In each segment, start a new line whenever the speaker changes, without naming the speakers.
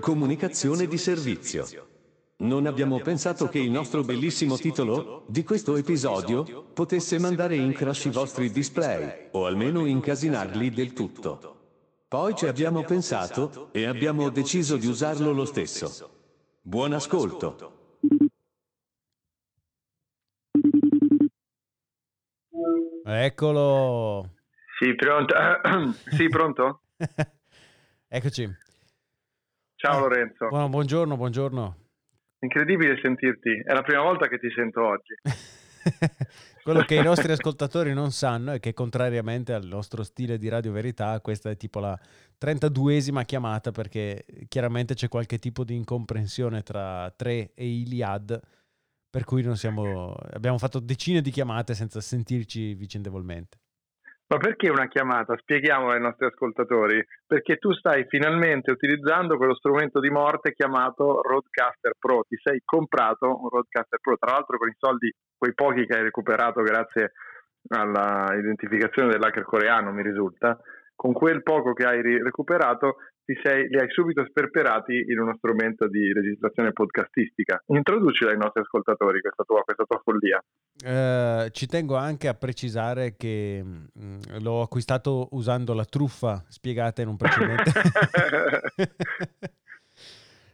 Comunicazione di servizio. Non abbiamo pensato che il nostro bellissimo titolo di questo episodio potesse mandare in crash i vostri display, o almeno incasinarli del tutto. Poi ci abbiamo pensato e abbiamo deciso di usarlo lo stesso. Buon ascolto.
Eccolo.
Sì, pronto. sì, pronto?
Eccoci.
Ciao Lorenzo.
Buono, buongiorno, buongiorno.
Incredibile sentirti. È la prima volta che ti sento oggi.
Quello che i nostri ascoltatori non sanno è che contrariamente al nostro stile di Radio Verità, questa è tipo la 32esima chiamata perché chiaramente c'è qualche tipo di incomprensione tra 3 e Iliad, per cui non siamo, abbiamo fatto decine di chiamate senza sentirci vicendevolmente.
Ma perché una chiamata? Spieghiamo ai nostri ascoltatori, perché tu stai finalmente utilizzando quello strumento di morte chiamato Roadcaster Pro, ti sei comprato un Roadcaster Pro, tra l'altro con i soldi, quei pochi che hai recuperato grazie all'identificazione dell'hacker coreano, mi risulta, con quel poco che hai ri- recuperato sei, li hai subito sperperati in uno strumento di registrazione podcastistica. Introducila ai nostri ascoltatori questa tua, questa tua follia.
Eh, ci tengo anche a precisare che mh, l'ho acquistato usando la truffa spiegata in un precedente.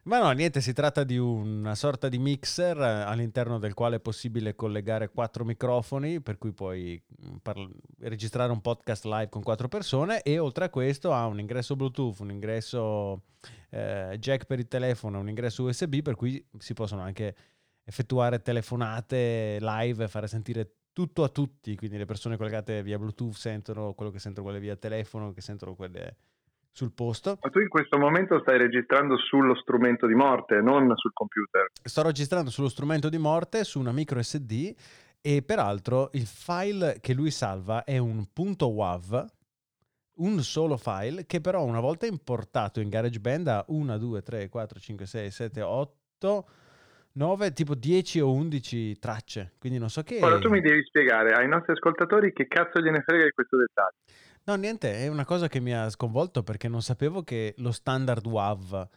Ma no, niente, si tratta di una sorta di mixer eh, all'interno del quale è possibile collegare quattro microfoni, per cui puoi parla- registrare un podcast live con quattro persone e oltre a questo ha un ingresso Bluetooth, un ingresso eh, jack per il telefono, un ingresso USB, per cui si possono anche effettuare telefonate live, fare sentire tutto a tutti, quindi le persone collegate via Bluetooth sentono quello che sentono quelle via telefono, che sentono quelle sul posto.
Ma tu in questo momento stai registrando sullo strumento di morte, non sul computer.
Sto registrando sullo strumento di morte su una micro SD e peraltro il file che lui salva è un .wav, un solo file che però una volta importato in GarageBand ha 1, 2, 3, 4, 5, 6, 7, 8... 9, tipo 10 o 11 tracce, quindi non so che...
Ora tu mi devi spiegare ai nostri ascoltatori che cazzo gliene frega di questo dettaglio.
No, niente, è una cosa che mi ha sconvolto perché non sapevo che lo standard WAV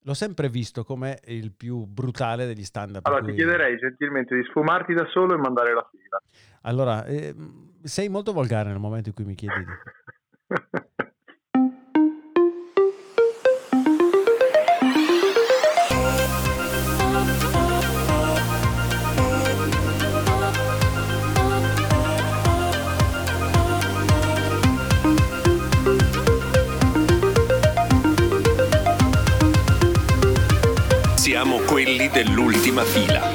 l'ho sempre visto come il più brutale degli standard.
Allora cui... ti chiederei gentilmente di sfumarti da solo e mandare la sigla.
Allora, eh, sei molto volgare nel momento in cui mi chiedi.
Siamo quelli dell'ultima fila.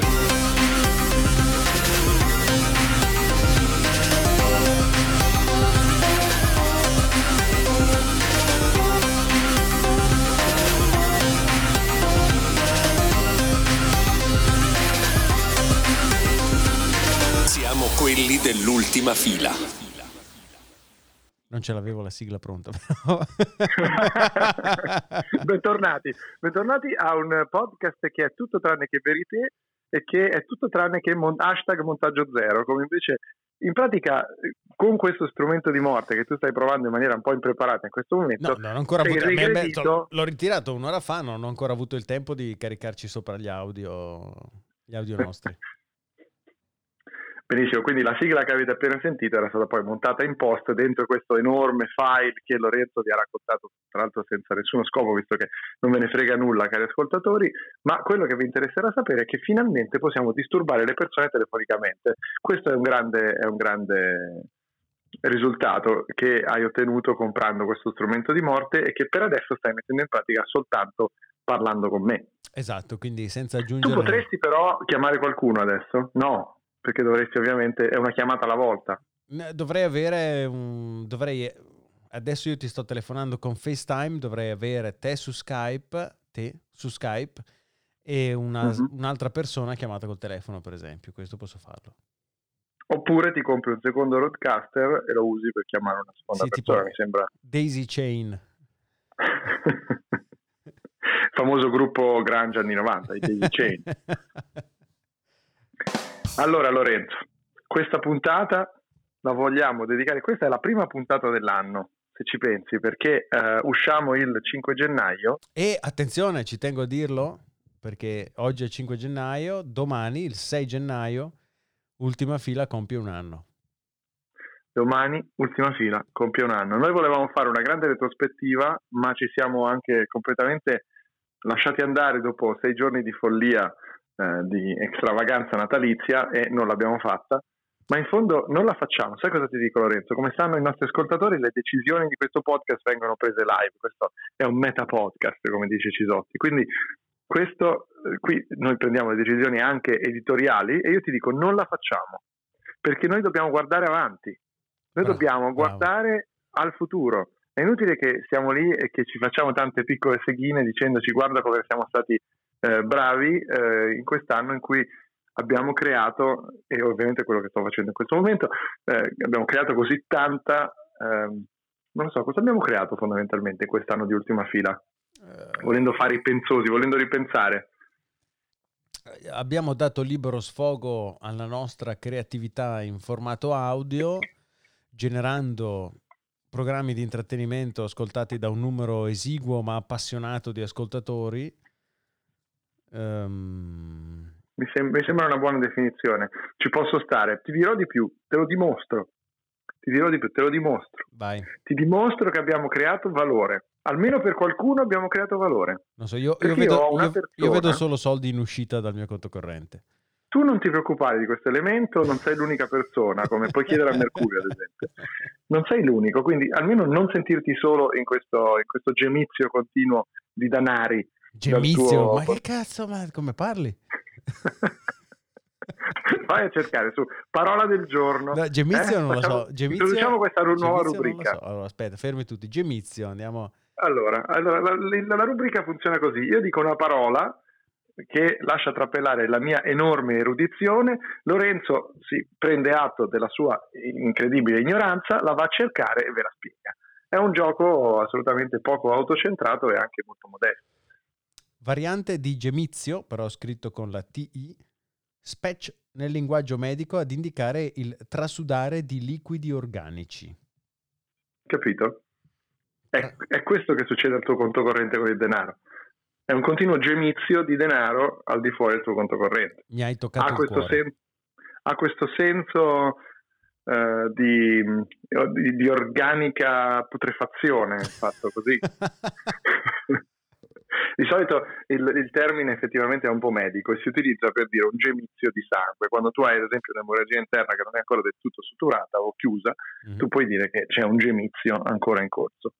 Siamo quelli dell'ultima fila.
Non ce l'avevo la sigla pronta, però.
bentornati. bentornati a un podcast che è tutto tranne che verite e che è tutto tranne che mon- hashtag montaggio zero, come invece in pratica con questo strumento di morte che tu stai provando in maniera un po' impreparata in questo momento
no, non ho ancora avuto, regredito... l'ho, l'ho ritirato un'ora fa, non ho ancora avuto il tempo di caricarci sopra gli audio, gli audio nostri.
Benissimo, quindi la sigla che avete appena sentito era stata poi montata in post dentro questo enorme file che Lorenzo vi ha raccontato, tra l'altro senza nessuno scopo, visto che non ve ne frega nulla, cari ascoltatori, ma quello che vi interesserà sapere è che finalmente possiamo disturbare le persone telefonicamente. Questo è un grande, è un grande risultato che hai ottenuto comprando questo strumento di morte e che per adesso stai mettendo in pratica soltanto parlando con me.
Esatto, quindi senza aggiungere...
Tu potresti però chiamare qualcuno adesso? No, perché dovresti ovviamente è una chiamata alla volta.
Dovrei avere un dovrei adesso io ti sto telefonando con FaceTime, dovrei avere te su Skype, te su Skype e una, mm-hmm.
Mhm.
un'altra persona chiamata col telefono, per esempio, questo posso farlo.
Oppure ti compri un secondo roadcaster e lo usi per chiamare una seconda sì, persona, mi sembra.
Daisy Chain.
famoso gruppo grunge anni 90, i Daisy Chain. Allora Lorenzo, questa puntata la vogliamo dedicare, questa è la prima puntata dell'anno, se ci pensi, perché eh, usciamo il 5 gennaio.
E attenzione, ci tengo a dirlo, perché oggi è 5 gennaio, domani, il 6 gennaio, Ultima Fila compie un anno.
Domani, ultima fila, compie un anno. Noi volevamo fare una grande retrospettiva, ma ci siamo anche completamente lasciati andare dopo sei giorni di follia, eh, di extravaganza natalizia e non l'abbiamo fatta. Ma in fondo non la facciamo. Sai cosa ti dico Lorenzo? Come sanno i nostri ascoltatori, le decisioni di questo podcast vengono prese live. Questo è un meta podcast, come dice Cisotti. Quindi questo eh, qui noi prendiamo le decisioni anche editoriali e io ti dico non la facciamo. Perché noi dobbiamo guardare avanti, noi
Bravo,
dobbiamo
bravo.
guardare al futuro. È inutile che siamo lì e che ci facciamo tante piccole seghine dicendoci guarda come siamo stati eh, bravi eh, in quest'anno in cui abbiamo creato, e ovviamente quello che sto facendo in questo momento, eh, abbiamo creato così tanta... ehm, non lo so, cosa abbiamo creato fondamentalmente in quest'anno di ultima fila? Volendo fare i pensosi, volendo ripensare.
Eh, abbiamo dato libero sfogo alla nostra creatività in formato audio, generando programmi di intrattenimento ascoltati da un numero esiguo ma appassionato di ascoltatori. Ehm,
Mi, sem- mi sembra una buona definizione. Ci posso stare. Ti dirò di più, te lo dimostro. Ti dirò di più, te lo dimostro.
vai,
ti dimostro che abbiamo creato valore. Almeno per qualcuno abbiamo creato valore.
non so, io, io,
Perché io
vedo,
ho una
io- io
persona-
vedo solo soldi in uscita dal mio conto corrente.
Tu non ti preoccupare di questo elemento, non sei l'unica persona, come puoi chiedere a Mercurio, ad esempio. Non sei l'unico, quindi almeno non sentirti solo in questo, in questo gemizio continuo di danari.
Gemizio,
tuo-
ma che cazzo, ma come parli?
Vai a cercare su parola del giorno.
No, gemizio
Eh,
non lo
facciamo-
so. Gemizio,
introduciamo questa ru- nuova
gemizio non lo
rubrica.
so. Allora, aspetta, fermi tutti. Gemizio, andiamo.
Allora, allora, la, la- la rubrica funziona così. Io dico una parola che lascia trapelare la mia enorme erudizione, Lorenzo si prende atto della sua incredibile ignoranza, la va a cercare e ve la spiega. È un gioco assolutamente poco autocentrato e anche molto modesto.
Variante di gemizio, però scritto con la TI, spec nel linguaggio medico ad indicare il trasudare di liquidi organici.
Capito? È, è questo che succede al tuo conto corrente con il denaro. È un continuo gemizio di denaro al di fuori del tuo conto corrente.
Mi hai toccato
ha
il
Ah, questo,
cuore.
sen- ha questo senso eh, di, di- di organica putrefazione fatto così. di solito il, il termine effettivamente è un po' medico e si utilizza per dire un gemizio di sangue. Quando tu hai ad esempio un'emorragia interna che non è ancora del tutto suturata o chiusa,
Mhm.
tu puoi dire che c'è un gemizio ancora in corso.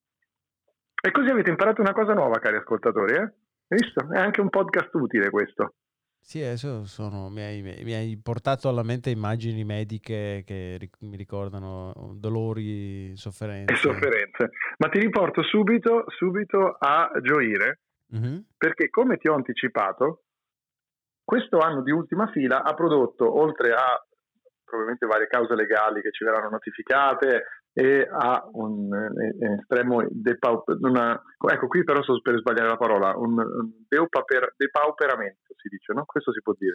E così avete imparato una cosa nuova, cari ascoltatori. eh? Hai visto? È anche un podcast utile questo.
Sì, adesso sono, mi, hai, mi hai portato alla mente immagini mediche che ri- mi ricordano oh, dolori, sofferenze.
e sofferenze. Ma ti riporto subito, subito a gioire,
Mhm.
perché come ti ho anticipato, questo anno di ultima fila ha prodotto, oltre a probabilmente varie cause legali che ci verranno notificate e a un eh, eh, estremo depau- una- ecco qui però sto per sbagliare la parola, un, un deupaper- depauperamento si dice, no? Questo si può dire,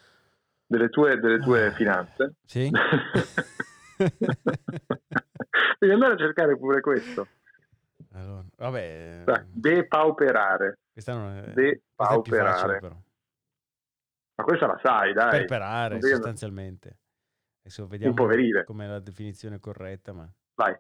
delle tue, delle tue
Ah.
finanze.
Sì?
Devi andare a cercare pure questo.
Allora, vabbè,
Dai, Depauperare.
questa non è, questa è più facile
Depauperare.
però.
Ma questa la sai, dai.
Perperare
Vedi-
sostanzialmente. Adesso vediamo
Impoverire.
com'è la definizione corretta, ma
Vai.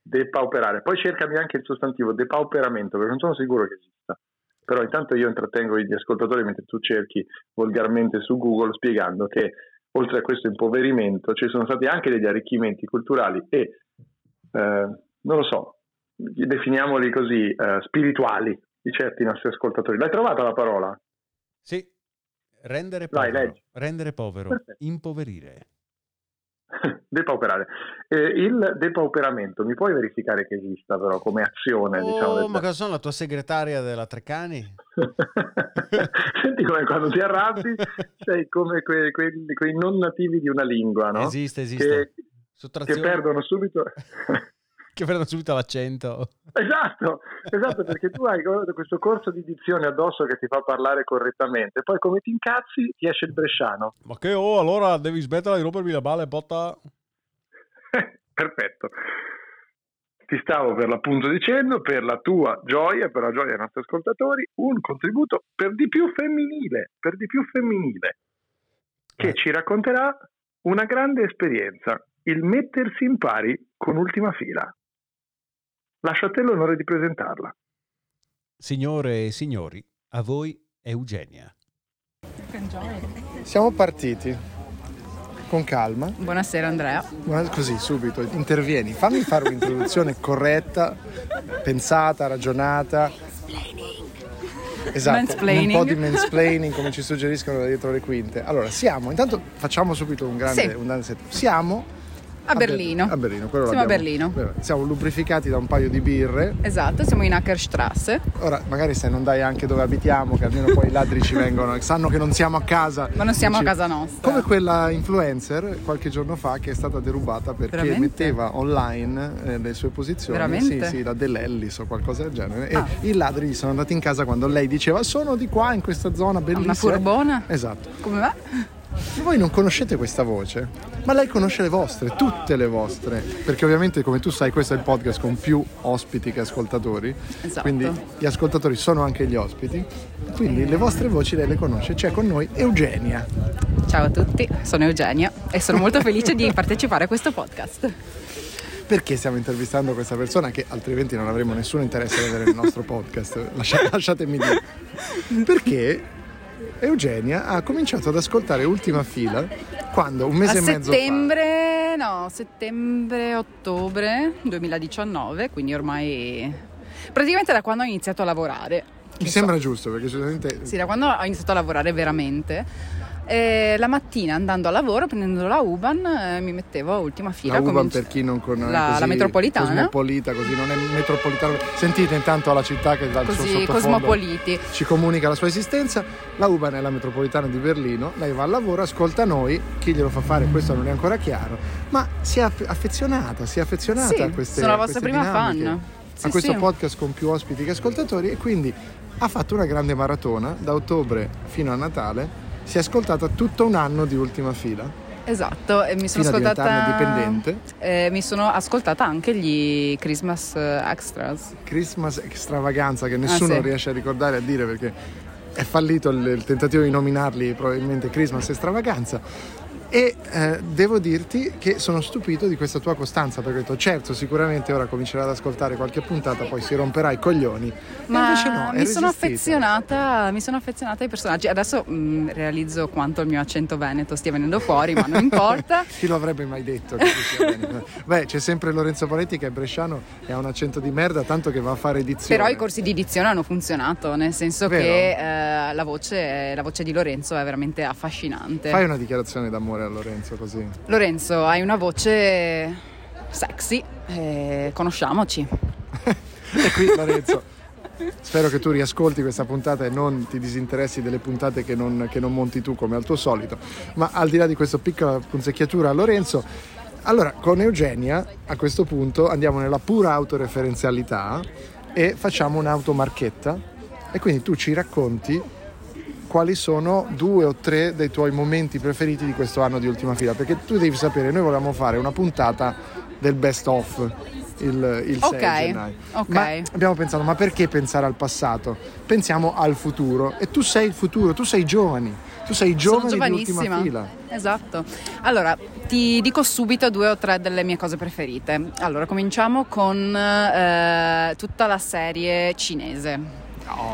Depauperare. Poi cercami anche il sostantivo depauperamento, perché non sono sicuro che esista. Però intanto io intrattengo gli ascoltatori mentre tu cerchi volgarmente su Google spiegando che oltre a questo impoverimento ci sono stati anche degli arricchimenti culturali e, eh, non lo so, definiamoli così, eh, spirituali di certi nostri ascoltatori. L'hai trovata la parola?
sì, rendere
Vai,
povero,
leggi.
rendere povero,
Perfetto.
impoverire.
Depauperare. Eh, il depauperamento, mi puoi verificare che esista però come azione? diciamo,
Oh,
del-
ma cosa sono la tua segretaria della Trecani?
Senti come eh, quando ti arrabbi sei come que- quelli- quei non nativi di una lingua, Ah, no?
Esiste, esiste.
Che-
Sottrazione
Che perdono subito.
che perdono subito l'accento.
esatto, esatto, perché tu hai questo corso di dizione addosso che ti fa parlare correttamente, poi come ti incazzi ti esce il bresciano.
Ma che oh, allora devi smetterla di rompermi la balla e botta.
Perfetto. ti stavo per l'appunto dicendo, per la tua gioia, e per la gioia dei nostri ascoltatori, un contributo per di più femminile, per di più femminile, che
Eh.
ci racconterà una grande esperienza, il mettersi in pari con ultima fila. Lascio a te l'onore di presentarla.
Signore e signori, a voi Eugenia.
Siamo partiti con calma,
Buonasera Andrea.
ma così subito, intervieni, fammi fare un'introduzione corretta, pensata, ragionata. Esatto, un
Mansplaining.
po' di mansplaining come ci suggeriscono da dietro le quinte. Allora, siamo, intanto facciamo subito un grande,
Sì.
un grande set. Siamo
A Berlino.
Ber- a Berlino, quello
Siamo a
l'abbiamo-
Berlino.
Siamo lubrificati da un paio di birre.
Esatto, siamo in Hackerstrasse.
Ora, magari se non dai anche dove abitiamo, che almeno poi i ladri ci vengono, sanno che non siamo a casa.
Ma non siamo a
Ci-
casa nostra.
Come quella influencer qualche giorno fa che è stata derubata perché
Veramente?
metteva online eh, le sue posizioni.
Veramente?
Sì, sì, la dell'Ellis o qualcosa del genere.
Ah.
E i ladri gli sono andati in casa quando lei diceva sono di qua in questa zona bellissima.
Una furbona.
Esatto.
Come va?
Voi non conoscete questa voce, ma lei conosce le vostre, tutte le vostre, perché ovviamente come tu sai questo è il podcast con più ospiti che ascoltatori,
Esatto.
quindi gli ascoltatori sono anche gli ospiti, quindi le vostre voci lei le conosce, c'è con noi Eugenia.
Ciao a tutti, sono Eugenia e sono molto felice di partecipare a questo podcast.
Perché stiamo intervistando questa persona che altrimenti non avremmo nessun interesse ad avere nel nostro podcast, Lascia- lasciatemi dire. Perché Eugenia ha cominciato ad ascoltare Ultima Fila quando un mese
a
e mezzo fa-
settembre, no, settembre-ottobre 2019, quindi ormai praticamente da quando ho iniziato a lavorare.
Mi sembra giusto perché sicuramente
Sì, da quando ho iniziato a lavorare veramente. eh, la mattina andando a lavoro, prendendo la U-Ban, eh, mi mettevo a ultima fila.
La Uban
cominci-
per chi non conosce
la, la metropolitana.
Cosmopolita, così non è metropolitana. Sentite intanto la città che dal suo
Così
sottofondo
cosmopoliti.
ci comunica la sua esistenza. La Uban è la metropolitana di Berlino, lei va al lavoro, ascolta noi, chi glielo fa fare questo non è ancora chiaro, ma si è aff- affezionata, si è affezionata
Sì,
a queste
sono la
a
vostra
queste
prima fan.
dinamiche,
Sì,
a questo
sì.
podcast con più ospiti che ascoltatori e quindi ha fatto una grande maratona da ottobre fino a Natale. Si è ascoltata tutto un anno di ultima fila.
Esatto, e mi sono
Fino a
ascoltata
diventarne dipendente.
Eh, mi sono ascoltata anche gli Christmas eh, extras.
Christmas extravaganza che nessuno
Ah, sì.
riesce a ricordare a dire perché è fallito il, il tentativo di nominarli probabilmente Christmas extravaganza e eh, devo dirti che sono stupito di questa tua costanza perché ho detto certo sicuramente ora comincerai ad ascoltare qualche puntata poi si romperà i coglioni e
Ma
invece no
mi sono affezionata, mi sono affezionata ai personaggi. Adesso mh, realizzo quanto il mio accento veneto stia venendo fuori, ma non importa.
Chi lo avrebbe mai detto? che ci sia bene? Beh, c'è sempre Lorenzo Poletti che è bresciano e ha un accento di merda, tanto che va a fare edizione.
Però i corsi di dizione hanno funzionato, nel senso
Vero?
che eh, la, voce, la voce di Lorenzo è veramente affascinante.
Fai una dichiarazione d'amore a Lorenzo così.
Lorenzo, hai una voce sexy, eh, conosciamoci.
E qui Lorenzo, spero che tu riascolti questa puntata e non ti disinteressi delle puntate che non, che non monti tu come al tuo solito. Ma al di là di questa piccola punzecchiatura a Lorenzo, allora con Eugenia a questo punto andiamo nella pura autoreferenzialità e facciamo un'automarchetta. E quindi tu ci racconti quali sono due o tre dei tuoi momenti preferiti di questo anno di ultima fila. Perché tu devi sapere, noi volevamo fare una puntata del best of il, il 6
Ok,
gennaio.
ok.
Ma abbiamo pensato, ma perché pensare al passato? Pensiamo al futuro. E tu sei il futuro, tu sei giovani. Tu sei giovane
Sono
di ultima
giovanissima.
fila.
Esatto. Allora, ti dico subito due o tre delle mie cose preferite. Allora, cominciamo con eh, tutta la serie cinese.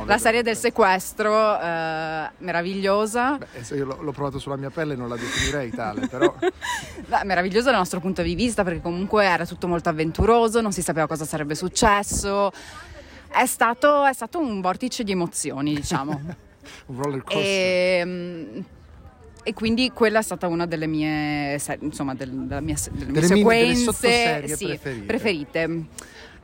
La serie del sequestro, eh, meravigliosa.
Beh, se io l'ho, l'ho provato sulla mia pelle non la definirei tale, però
Beh, meravigliosa dal nostro punto di vista perché comunque era tutto molto avventuroso, non si sapeva cosa sarebbe successo. È stato, è stato un vortice di emozioni, diciamo.
un roller coaster.
E, mm, e quindi quella è stata una delle mie, se- insomma, del- della mia se- delle mie
Delle mie- delle
sequenze
sottoserie
sì,
preferite.
preferite.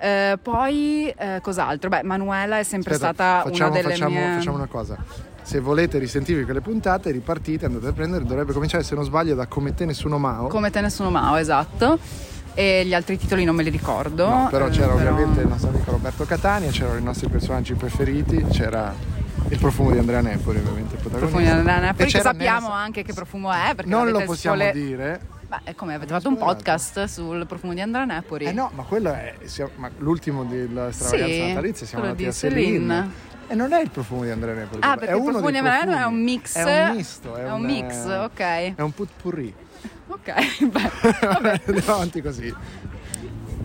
Eh, poi eh, cos'altro? Beh, Manuela è sempre
Aspetta,
stata
Esatto, facciamo,
una delle
facciamo-
mie
facciamo una cosa. Se volete risentirvi quelle puntate, ripartite, andate a prendere, dovrebbe cominciare se non sbaglio da Come te nessuno Mao.
Come te nessuno Mao, esatto. E gli altri titoli non me li ricordo.
No, però
eh,
c'era
però-
ovviamente il nostro amico Roberto Catania, c'erano i nostri personaggi preferiti, c'era il profumo di Andrea Nepoli ovviamente il protagonista.
Profumo di Ananana.
E
Poi
c'era
sappiamo
Nelson-
anche che profumo è, perché
non lo
l'avete
possiamo
spole-
dire
Beh, come avete fatto un podcast sul profumo di Andrea Nepori.
Eh no, ma quello è siamo- ma l'ultimo della stravaganza
Sì,
natalizia, siamo
quello
andati a
di Céline.
Céline. E non è il profumo di Andrea Nepoli.
Ah,
quello,
perché
è
il
uno
profumo
dei
di Andrea Nepoli è un
profumi.
mix.
È un misto. È,
È un mix, ok.
È un put pourri.
Ok, beh.
Vabbè, andiamo avanti così.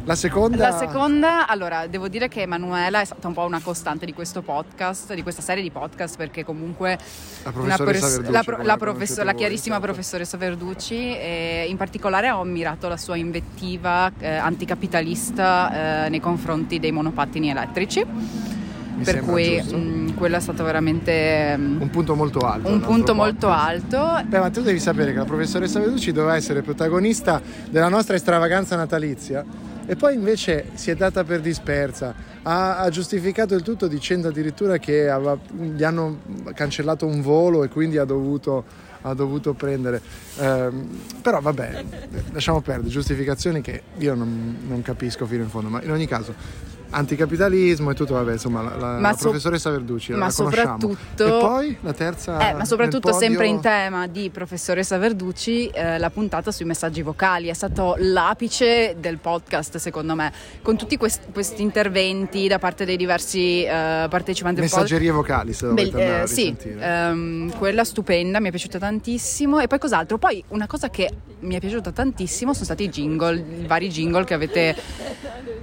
La seconda...
La seconda, allora, devo dire che Emanuela è stata un po' una costante di questo podcast, di questa serie di podcast, perché comunque
La
una
professoressa
pers-
Verducci,
la,
come
pro-
la
la professo-
conoscete
la
voi,
chiarissima
certo.
professoressa Verducci, e in particolare ho ammirato la sua invettiva eh, anticapitalista eh, nei confronti dei monopattini elettrici.
Mi
per
sembra
cui
giusto.
mh, quello è stato veramente mh,
Un punto molto alto.
un
nostro
punto molto
podcast.
alto
Beh, ma tu devi sapere che la professoressa Veducci doveva essere protagonista della nostra stravaganza natalizia e poi invece si è data per dispersa. Ha, ha giustificato il tutto dicendo addirittura che aveva- gli hanno cancellato un volo e quindi ha dovuto, ha dovuto prendere. Ehm, però vabbè, lasciamo perdere, giustificazioni che io non, non capisco fino in fondo, ma in ogni caso. Anticapitalismo e tutto, vabbè, insomma, la, la-
Ma
la
so-
professoressa Verducci, la,
ma
la conosciamo.
soprattutto-
E poi la terza.
Eh, ma soprattutto
nel podio-
sempre in tema di professoressa Verducci, eh, la puntata sui messaggi vocali è stato l'apice del podcast, secondo me, con tutti quest- questi interventi da parte dei diversi eh, partecipanti. del podcast.
Messaggerie vocali, se
Bell-
dovete andare
eh,
a
sì,
risentire.
ehm, quella stupenda, mi è piaciuta tantissimo. E poi cos'altro? Poi una cosa che mi è piaciuta tantissimo sono stati i jingle, i vari jingle che avete,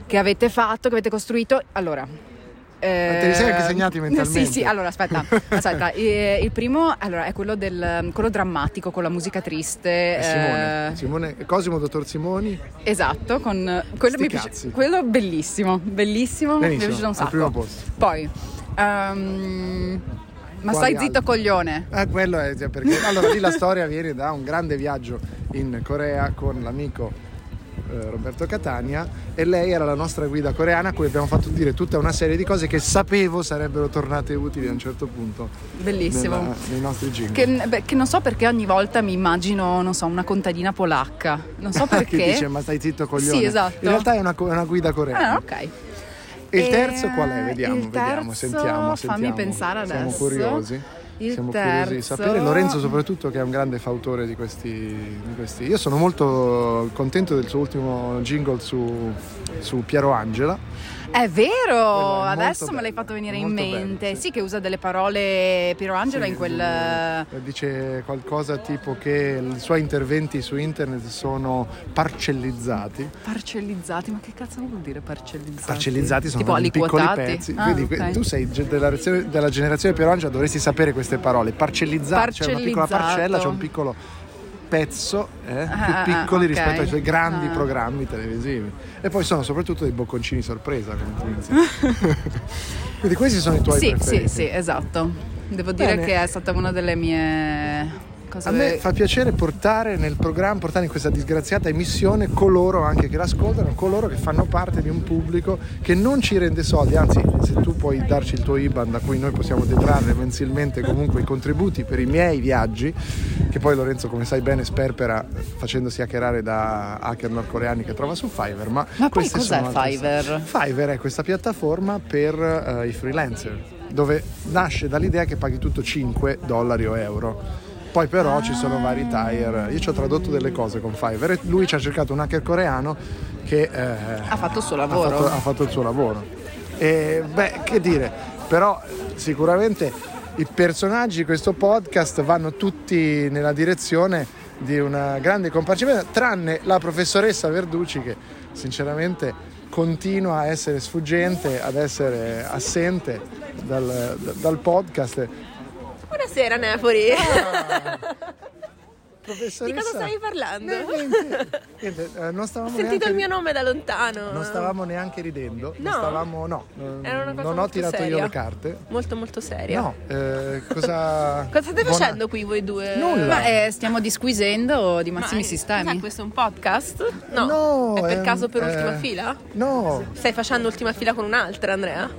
che avete fatto, che avete costruito. Allora. eh,
te li sei anche segnati mentalmente?
Sì, sì, allora aspetta, aspetta. Eh, Il primo allora, è quello, del, quello drammatico con la musica triste.
Eh,
eh,
Simone, Simone- Cosimo, dottor Simoni,
Esatto, con quello,
Sti
mi piace-
cazzi.
quello bellissimo, bellissimo, mi è
Benissimo,
piaciuto un
al
sacco.
primo posto.
Poi, ehm, ma
Quali
stai zitto
altri?
coglione.
Ah, quello è cioè, perché allora lì la storia viene da un grande viaggio in Corea con l'amico eh, Roberto Catania e lei era la nostra guida coreana a cui abbiamo fatto dire tutta una serie di cose che sapevo sarebbero tornate utili a un certo punto
Bellissimo.
nella- nei nostri jingle.
Che, beh, che non so perché ogni volta mi immagino, non so, una contadina polacca. Non so perché.
Ah, che dice ma stai zitto coglione.
Sì, esatto.
In realtà è una, co- una guida coreana.
Ah, ok.
E il terzo
Eh,
qual è? Vediamo,
il
vediamo,
terzo,
sentiamo, sentiamo.
fammi pensare
Siamo
adesso.
curiosi.
Il
Siamo curiosi di
terzo-
sapere. Lorenzo soprattutto che è un grande fautore di questi, di questi- Io sono molto contento del suo ultimo jingle su, su Piero Angela.
È vero,
Quello è
adesso
molto
me l'hai
bello,
fatto venire
è
in
molto
mente.
bello,
sì.
sì.
che usa delle parole Piero Angela in quel... eh,
Sì, Dice qualcosa tipo che i suoi interventi su internet sono parcellizzati.
Parcellizzati, ma che cazzo vuol dire parcellizzati?
Parcellizzati sono
tipo
in piccoli
aliquotati.
pezzi.
Esatto. Ah,
Vedi, que-
ok.
Tu sei ge- della, reazione- della generazione Piero Angela, dovresti sapere queste parole. Parcellizzato, cioè una piccola
Parcellizzato.
parcella, c'è un piccolo pezzo eh, più
ah,
piccoli
ok.
rispetto ai suoi grandi
Ah.
programmi televisivi. E poi sono soprattutto dei bocconcini sorpresa. come tu dici. Quindi questi sono i tuoi
Sì,
preferiti.
sì, sì, esatto. Devo dire
Bene.
che è stata una delle mie cose.
A me fa piacere portare nel programma, portare in questa disgraziata emissione coloro anche che l'ascoltano, coloro che fanno parte di un pubblico che non ci rende soldi, anzi se tu puoi darci il tuo IBAN da cui noi possiamo detrarre mensilmente comunque i contributi per i miei viaggi, che poi Lorenzo come sai bene sperpera facendosi hackerare da hacker nordcoreani che trova su Fiverr, ma...
Ma poi
queste
cos'è
sono altre
Fiverr?
storie. Fiverr è questa piattaforma per eh, i freelancer, dove nasce dall'idea che paghi tutto 5 dollari o euro. Poi però ci sono vari tire. Io ci ho tradotto delle cose con Fiverr e lui ci ha cercato un hacker coreano che eh, ha
fatto il suo lavoro.
fatto- ha fatto il suo lavoro. E beh, che dire, però sicuramente i personaggi di questo podcast vanno tutti nella direzione di una grande comparcimenza, tranne la professoressa Verducci che sinceramente continua a essere sfuggente, ad essere assente dal, dal podcast.
Buonasera Napoli.
Ah, Professoressa,
Di cosa stavi parlando?
Eh, niente, niente, eh, non
Ho
stavamo
sentito
neanche-
il mio nome da lontano.
Non stavamo neanche ridendo, non
No.
stavamo, no, eh,
Era una cosa
non ho
molto
tirato
seria.
io le carte.
Molto molto seria.
No, eh, cosa...
Cosa state
buona-
facendo qui voi due?
Nulla.
Ma eh, stiamo disquisendo di
Ma
massimi
eh, cos'è,
sistemi.
questo è un podcast? No.
No,
è per
ehm,
caso per
eh,
ultima fila?
No,
Stai facendo ultima fila con un'altra, Andrea?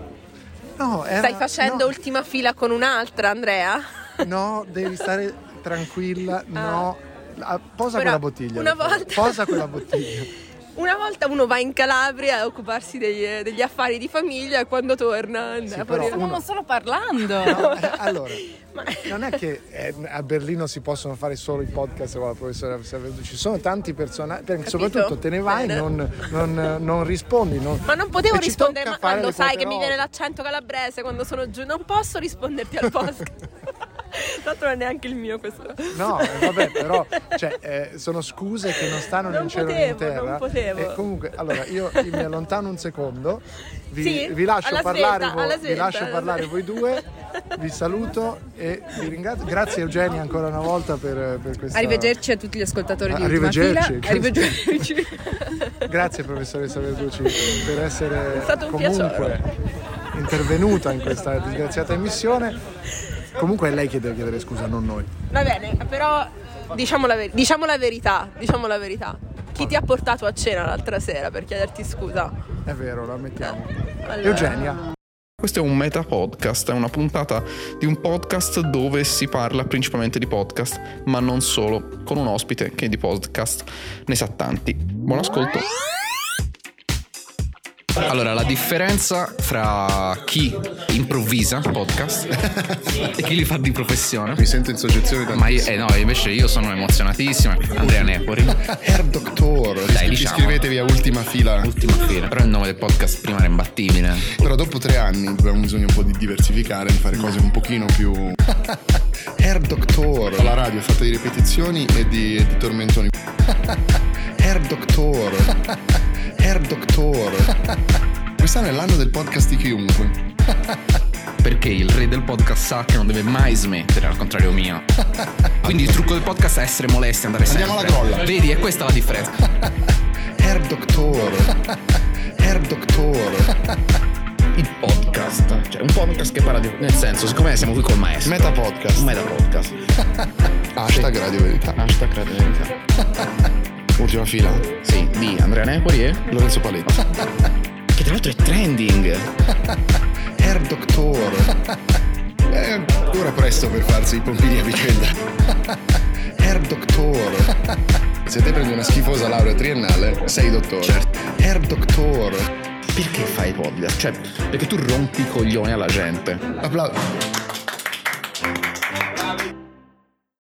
no, era-
Stai facendo
no,
ultima fila con un'altra, Andrea?
No, devi stare tranquilla, no. Ah, Posa
Però
quella bottiglia.
una
per favore.
volta-
Posa quella bottiglia.
Una volta uno va in Calabria a occuparsi degli, degli affari di famiglia e quando torna andrà a
però uno-
fare-
Stavamo solo parlando.
No, eh, allora,
Ma-
non è che eh, a Berlino si possono fare solo i podcast con la professoressa Verducci, ci sono tanti personaggi, perché
Capito?
soprattutto te ne vai,
Bene.
non, non- non rispondi. non-
Ma non potevo
E ci
rispondere
tocca
ma
fare
quando
le
sai
quote
che mi viene
rosa.
l'accento calabrese quando sono giù. Non posso risponderti al post. Tanto non è neanche il mio questo.
No, eh, vabbè, però cioè, eh, sono scuse che non stanno né
Non
in cielo né in
potevo,
terra.
non potevo.
E comunque, allora, io, io mi allontano un secondo, vi,
Sì,
vi lascio
alla
parlare,
svelta,
voi,
alla
vi
svelta,
lascio
alla
parlare voi
svelta.
due, vi saluto e vi ringrazio. Grazie Eugenia ancora una volta per, per questa...
Arrivederci a tutti gli ascoltatori di Ultima Fila.
Arrivederci.
Arrivederci.
Grazie professoressa Verducci per essere
stato un
comunque
piacere.
intervenuta in questa disgraziata emissione. Comunque è lei che deve chiedere scusa, non noi.
Va bene, però diciamo la, ver- diciamo la verità, diciamo la verità. Chi ti ha portato a cena l'altra sera per chiederti scusa?
È vero, lo ammettiamo.
Allora.
Eugenia.
Questo è un meta podcast, è una puntata di un podcast dove si parla principalmente di podcast, ma non solo, con un ospite che di podcast ne sa tanti. Buon ascolto. Allora, la differenza fra chi improvvisa podcast e chi li fa di professione. Mi sento in soggezione da Ma io, eh no, invece io sono emozionatissimo. Andrea Nepori.
Air Doctor,
Dai,
iscri-
diciamo.
iscrivetevi a Ultima Fila.
Ultima fila. Però il nome del podcast prima era imbattibile.
Però dopo tre anni abbiamo bisogno un po' di diversificare, di fare cose un pochino più... Air Doctor, la radio è fatta di ripetizioni e di, e di tormentoni. Air Doctor, Air Doctor. Quest'anno è l'anno del podcast di chiunque.
Perché il re del podcast sa che non deve mai smettere, al contrario mio. Quindi il trucco del podcast è essere molesti, andare
Andiamo
sempre.
alla grolla.
Vedi, è questa la differenza.
Air Doctor, Air Doctor,
Il podcast, cioè un podcast che parla di... Nel senso, siccome siamo qui col maestro.
Meta Podcast.
Un meta podcast.
hashtag Radio Verità.
Hashtag Radio Verità.
Ultima Fila,
Sì, di Andrea Nepoli e...
Lorenzo Paletti.
Che tra l'altro è trending.
Air Doctor. È ancora Eh, presto per farsi i pompini a vicenda. Air Doctor. Se te prendi una schifosa laurea triennale, sei dottore.
Certo.
Air Doctor.
Perché fai podcast? Cioè, perché tu rompi i coglioni alla gente.
Applauso.